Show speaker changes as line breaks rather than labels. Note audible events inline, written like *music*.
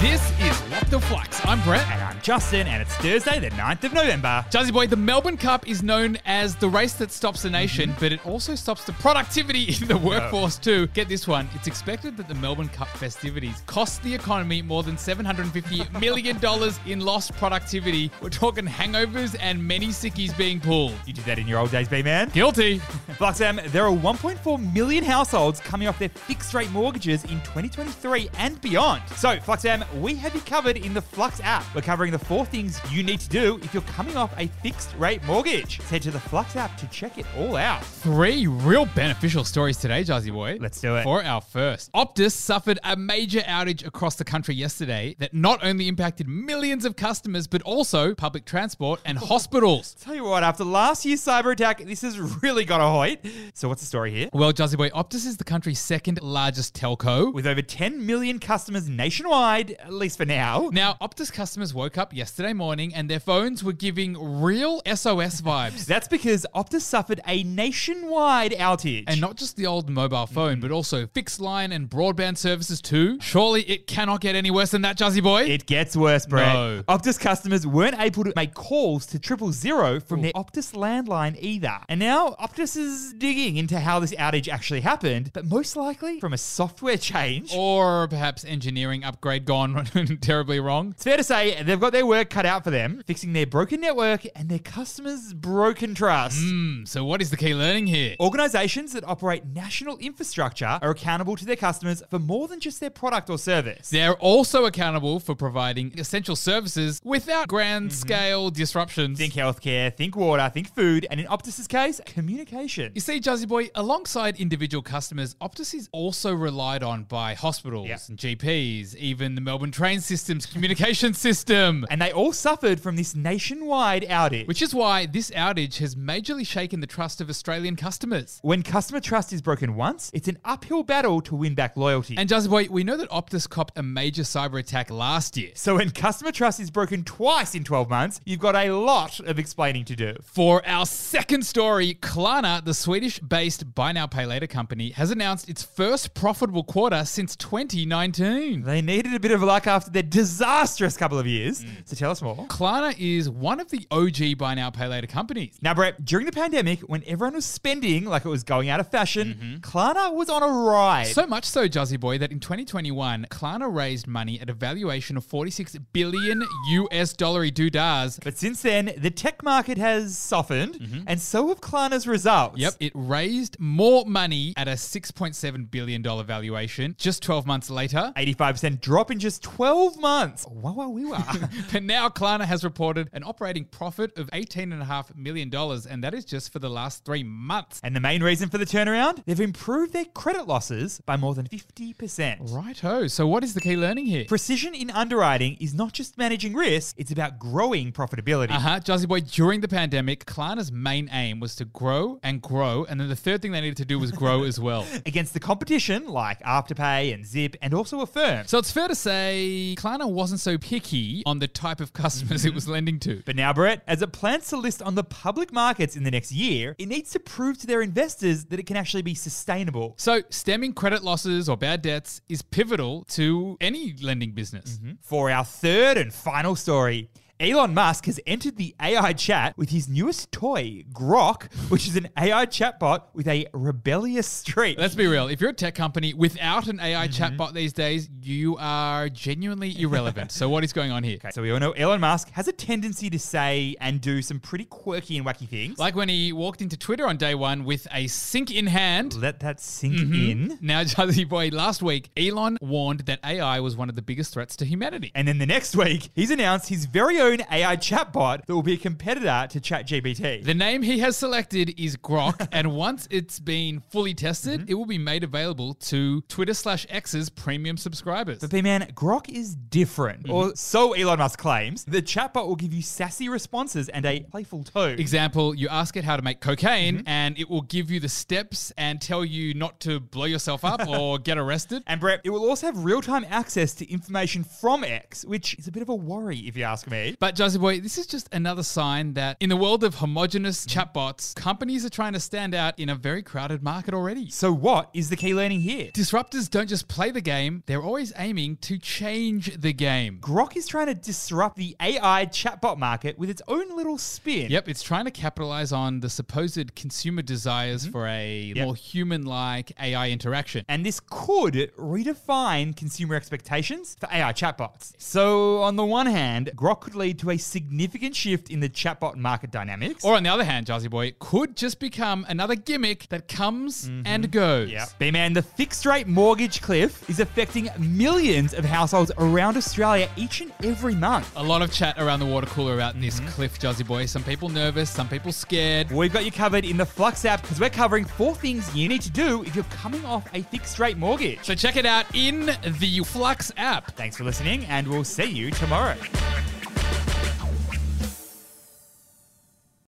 This is Locked the Flux. I'm Brett.
And I'm Justin, and it's Thursday, the 9th of November.
Jazzy Boy, the Melbourne Cup is known as the race that stops the nation, but it also stops the productivity in the workforce, too. Get this one it's expected that the Melbourne Cup festivities cost the economy more than $750 million in lost productivity. We're talking hangovers and many sickies being pulled.
You did that in your old days, B man.
Guilty.
Fluxam, there are 1.4 million households coming off their fixed rate mortgages in 2023 and beyond. So, Fluxam, we have you covered in the Flux app. We're covering the four things you need to do if you're coming off a fixed rate mortgage. So head to the Flux app to check it all out.
Three real beneficial stories today, Jazzy Boy.
Let's do it.
For our first, Optus suffered a major outage across the country yesterday that not only impacted millions of customers, but also public transport
*laughs*
and hospitals.
Tell you what, after last year's cyber attack, this has really got a hoit. So, what's the story here?
Well, Jazzy Boy, Optus is the country's second largest telco.
With over 10 million customers nationwide, at least for now.
Now, Optus customers woke up yesterday morning and their phones were giving real
*laughs*
SOS vibes.
That's because Optus suffered a nationwide outage.
And not just the old mobile
Mm.
phone, but also fixed line and broadband services too. Surely it cannot get any worse than that, Jazzy Boy.
it gets worse, Brett.
No.
Optus customers weren't able to make calls to triple zero from their Optus landline either. And now Optus is digging into how this outage actually happened, but most likely from a software change.
or perhaps engineering upgrade gone *laughs* terribly wrong.
It's fair to say they've got their work cut out for them, fixing their broken network and their customers' broken trust.
Hmm, so what is the key learning here?
Organizations that operate national infrastructure are accountable to their customers for more than just their product or service.
They're also accountable for providing essential services without grand scale disruptions.
Think healthcare, think water, think food, and in Optus's case, communication.
You see, Jazzy Boy, alongside individual customers, Optus is also relied on by hospitals
Yeah.
and GPs, even the Melbourne train system's *laughs* communication system.
And they all suffered from this nationwide outage.
Which is why this outage has majorly shaken the trust of Australian customers.
when customer trust is broken once, it's an uphill battle to win back loyalty.
And Jazzy Boy, we know that Optus copped a major cyber attack last year.
so when customer trust is broken twice in 12 months, you've got a lot of explaining to do.
For our second story, Klarna, the Swedish based buy now pay later company, has announced its first profitable quarter since 2019.
They needed a bit of luck after their disastrous couple of years. So tell us more.
Klarna is one of the OG buy now pay later companies.
Now, Brett, during the pandemic, when everyone was spending like it was going out of fashion, Klarna was on a ride.
So much so, Jazzy Boy, that in 2021, Klarna raised money at a valuation of 46 billion US dollary doodars.
but since then, the tech market has softened, and so have Klarna's results.
Yep, it raised more money at a $6.7 billion valuation just 12 months later.
85% drop in just 12 months. Wow, wow, wee, wow.
*laughs* But now Klarna has reported an operating profit of $18.5 million, and that is just for the last three months.
and the main reason for the turnaround? They've improved their credit losses by more than 50%.
Righto. So, what is the key learning here?
Precision in underwriting is not just managing risk, it's about growing profitability.
Uh huh. Jazzy Boy, during the pandemic, Klarna's main aim was to grow and grow. And then the third thing they needed to do was grow as well.
Against the competition like Afterpay and Zip and also Affirm.
So it's fair to say Klarna wasn't so picky on the type of customers it was lending to.
But now, Brett, as it plans to list on the public markets in the next year, it needs to prove to their investors that it can actually be sustainable.
So stemming credit losses or bad debts is pivotal to any lending business.
For our third and final story, Elon Musk has entered the AI chat with his newest toy, Grok, which is an AI chatbot with a rebellious streak.
Let's be real. If you're a tech company without an AI chatbot these days, you are genuinely irrelevant. so what is going on here?
Okay, so we all know Elon Musk has a tendency to say and do some pretty quirky and wacky things.
Like when he walked into Twitter on day one with a sink in hand.
Let that sink
Mm-hmm.
in.
Now, *laughs* Jazzy Boy, last week, Elon warned that AI was one of the biggest threats to humanity.
And then the next week, he's announced his very own AI chatbot that will be a competitor to ChatGPT.
The name he has selected is Grok, and once it's been fully tested, it will be made available to Twitter slash X's premium subscribers.
But man, Grok is different.
Mm-hmm.
Or so Elon Musk claims. The chatbot will give you sassy responses and a playful tone.
Example, you ask it how to make cocaine and it will give you the steps and tell you not to blow yourself up or get arrested.
And Brett, it will also have real-time access to information from X, which is a bit of a worry if you ask me.
But Jazzy Boy, this is just another sign that in the world of homogenous chatbots, companies are trying to stand out in a very crowded market already.
So, what is the key learning here?
Disruptors don't just play the game, they're always aiming to change the game.
Grok is trying to disrupt the AI chatbot market with its own little spin.
Yep, it's trying to capitalize on the supposed consumer desires for a more human like AI interaction.
And this could redefine consumer expectations for AI chatbots. So, on the one hand, Grok could lead to a significant shift in the chatbot market dynamics.
Or on the other hand, Jazzy Boy, it could just become another gimmick that comes and goes.
Yeah. B man, the fixed rate mortgage cliff is affecting millions of households around Australia each and every month.
A lot of chat around the water cooler about this cliff, Jazzy Boy. Some people nervous, some people scared.
We've got you covered in the Flux app because we're covering four things you need to do if you're coming off a fixed rate mortgage.
So check it out in the Flux app.
Thanks for listening, and we'll see you tomorrow.